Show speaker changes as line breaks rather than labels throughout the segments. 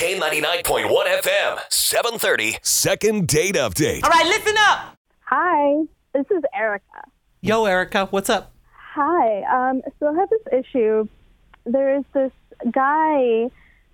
K99.1 FM, 730.
Second date update.
All right, listen up.
Hi, this is Erica.
Yo, Erica, what's up?
Hi. Um, so I have this issue. There is this guy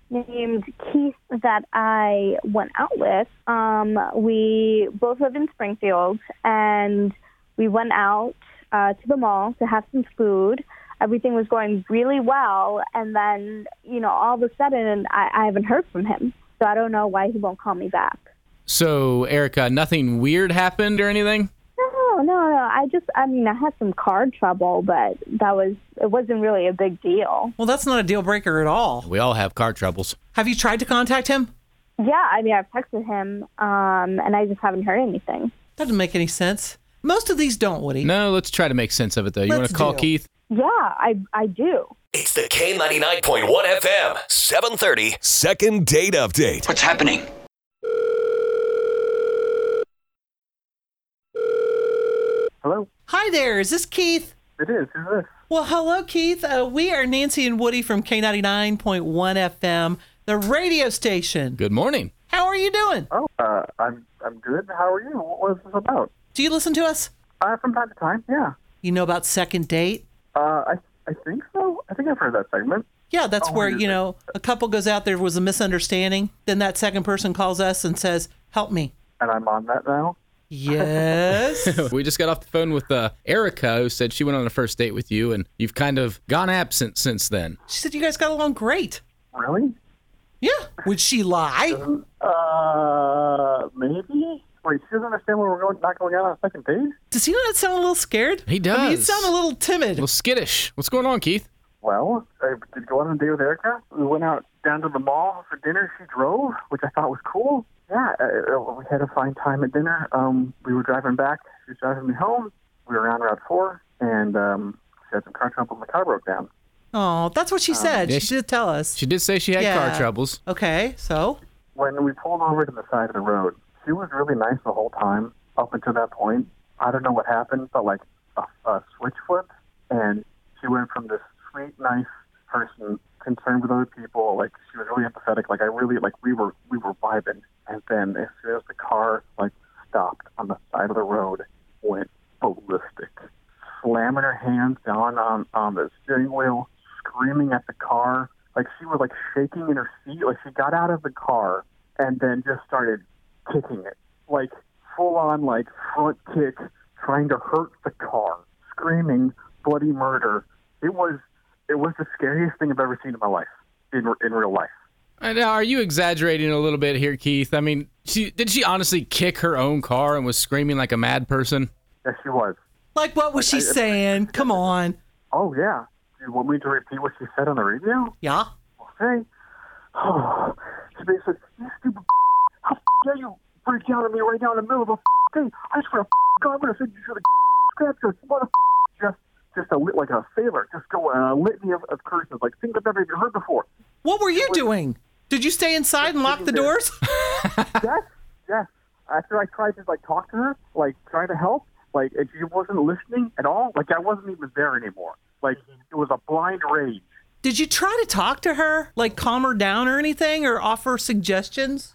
named Keith that I went out with. Um, we both live in Springfield, and we went out uh, to the mall to have some food. Everything was going really well, and then you know, all of a sudden, I, I haven't heard from him. So I don't know why he won't call me back.
So, Erica, nothing weird happened or anything?
No, no, no. I just, I mean, I had some car trouble, but that was, it wasn't really a big deal.
Well, that's not a deal breaker at all.
We all have car troubles.
Have you tried to contact him?
Yeah, I mean, I've texted him, um, and I just haven't heard anything.
That doesn't make any sense. Most of these don't, Woody.
No, let's try to make sense of it though. You want
Let's
to call
do.
Keith?
Yeah, I, I do.
It's the K99.1 FM, 730.
Second date update.
What's happening?
Hello.
Hi there. Is this Keith?
It is. Who's this?
Well, hello, Keith. Uh, we are Nancy and Woody from K99.1 FM, the radio station.
Good morning.
How are you doing?
Oh, uh, I'm I'm good. How are you? What was this about?
Do you listen to us?
Uh, from time to time, yeah.
You know about second date?
Uh, I I think so. I think I've heard that segment.
Yeah, that's
Oh,
where,
yeah.
you know, a couple goes out, there was a misunderstanding. Then that second person calls us and says, Help me.
And I'm on that now.
Yes.
We just got off the phone with uh, Erica, who said she went on a first date with you, and you've kind of gone absent since then.
she said, You guys got along great.
Really?
Yeah. Would she lie?
Uh, maybe. Wait, she doesn't understand where we're going. Not going out on a second date.
Does he not sound a little scared?
He
I mean, you
does.
sound a little timid.
A little skittish. What's going on, Keith?
Well, I did go out on a date with Erica. We went out down to the mall for dinner. She drove, which I thought was cool. Yeah, uh, uh, we had a fine time at dinner. Um, we were driving back. She was driving me home. We were on Route 4, and um, she had some car trouble and the car broke down.
Oh, that's what she said.
yeah,
she
she-
did tell us.
She did say she had
Yeah.
car troubles.
Okay, so
When we pulled over to the side of the road, she was really nice the whole time up until that point. I don't know what happened, but like a, a switch flipped, and she went from this sweet, nice person concerned with other people, like she was really empathetic. Like I really like we were we were vibing, and then as soon as the car like stopped on the side of the road, went ballistic, slamming her hands down on on the steering wheel, screaming at the car. Like she was like shaking in her seat. Like she got out of the car and then just started kicking it, like full on like front kick, trying to hurt the car, screaming bloody murder. It was it was the scariest thing I've ever seen in my life in in real life.
Uh, Now, are you exaggerating a little bit here, Keith? I mean, she did she honestly kick her own car and was screaming like a mad person?
Yes, she was.
like what was she saying? Come on.
Oh yeah. You want me to repeat what she said on the radio?
Yeah.
Okay. she basically said, "You stupid. How dare you freak out at me right now in the middle of a thing? I swear to God, I'm gonna send you to the scraps your mother. Just, just a lit like a sailor. Just go uh, a litany of, of curses, like things I've never even heard before.
What were you doing? Did you stay inside and lock the doors?
yes, yes. After I tried to like talk to her, like try to help, like and she wasn't listening at all. Like I wasn't even there anymore. Like it was a blind rage.
Did you try to talk to her? Like calm her down or anything or offer suggestions?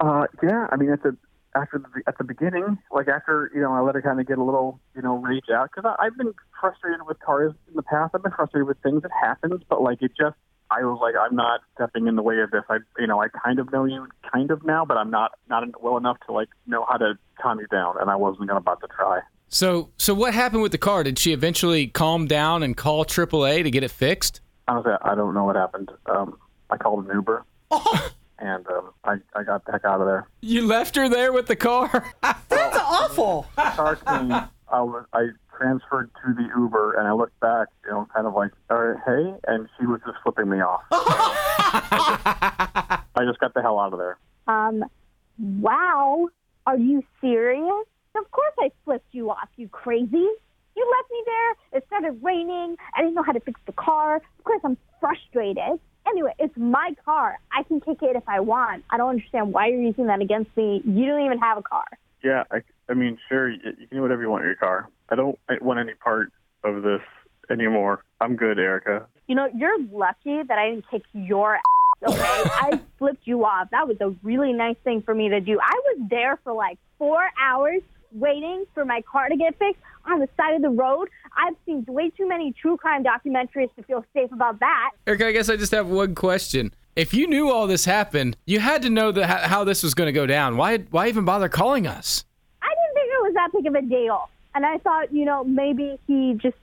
Uh, yeah, I mean at the after the at the beginning, like after you know, I let it kind of get a little you know rage out because I've been frustrated with cars in the past. I've been frustrated with things that happens, but like it just. I was like, I'm not stepping in the way of this. I, you know, I kind of know you, kind of now, but I'm not not well enough to like know how to calm you down, and I wasn't gonna about to try.
So, so what happened with the car? Did she eventually calm down and call AAA to get it fixed?
Honestly, I don't know what happened. Um, I called an Uber,
Oh,
and um, I, I got the heck out of there.
You left her there with the car.
that's awful.
Car came. I, was, I transferred to the Uber, and I looked back, you know, kind of like, all right, hey, and she was just flipping me off. I just got the hell out of there.
Um, wow, are you serious? Of course I flipped you off, you crazy. You left me there. It started raining. I didn't know how to fix the car. Of course I'm frustrated. Anyway, it's my car. I can kick it if I want. I don't understand why you're using that against me. You don't even have a car.
Yeah, I, I mean, sure, you, you can do whatever you want in your car. I don't want any part of this anymore. I'm good, Erica.
You know, you're lucky that I didn't kick your ass, okay? I flipped you off. That was a really nice thing for me to do. I was there for like four hours waiting for my car to get fixed on the side of the road. I've seen way too many true crime documentaries to feel safe about that.
Erica, I guess I just have one question. If you knew all this happened, you had to know the, how, how this was going to go down. Why, why even bother calling us?
I didn't think it was that big of a deal. And I thought, you know, maybe he just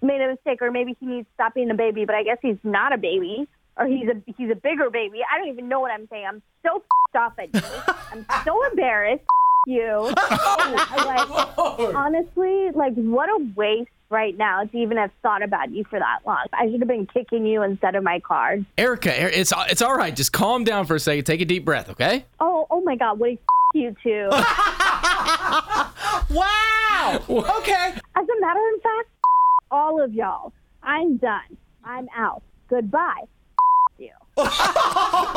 made a mistake or maybe he needs to stop being a baby, but I guess he's not a baby or he's a he's a bigger baby. I don't even know what I'm saying. I'm so fed off at you. I'm so embarrassed. F- you. And, like, honestly, like what a waste right now to even have thought about you for that long. I should have been kicking you instead of my car.
Erica, Er- it's, it's all right. Just calm down for a second. Take a deep breath, okay?
Oh, oh my God, what a f- you two.
Wow. Okay.
As a matter of fact, f- all of y'all, I'm done. I'm out. Goodbye. F- you.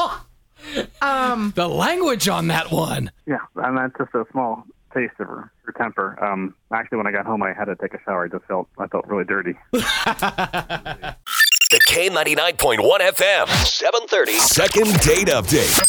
The language on that one.
Yeah, and that's just a small taste of her, her temper. Um, actually, when I got home, I had to take a shower. I just felt I felt really dirty.
The K99.1 FM, 730.
Second date update.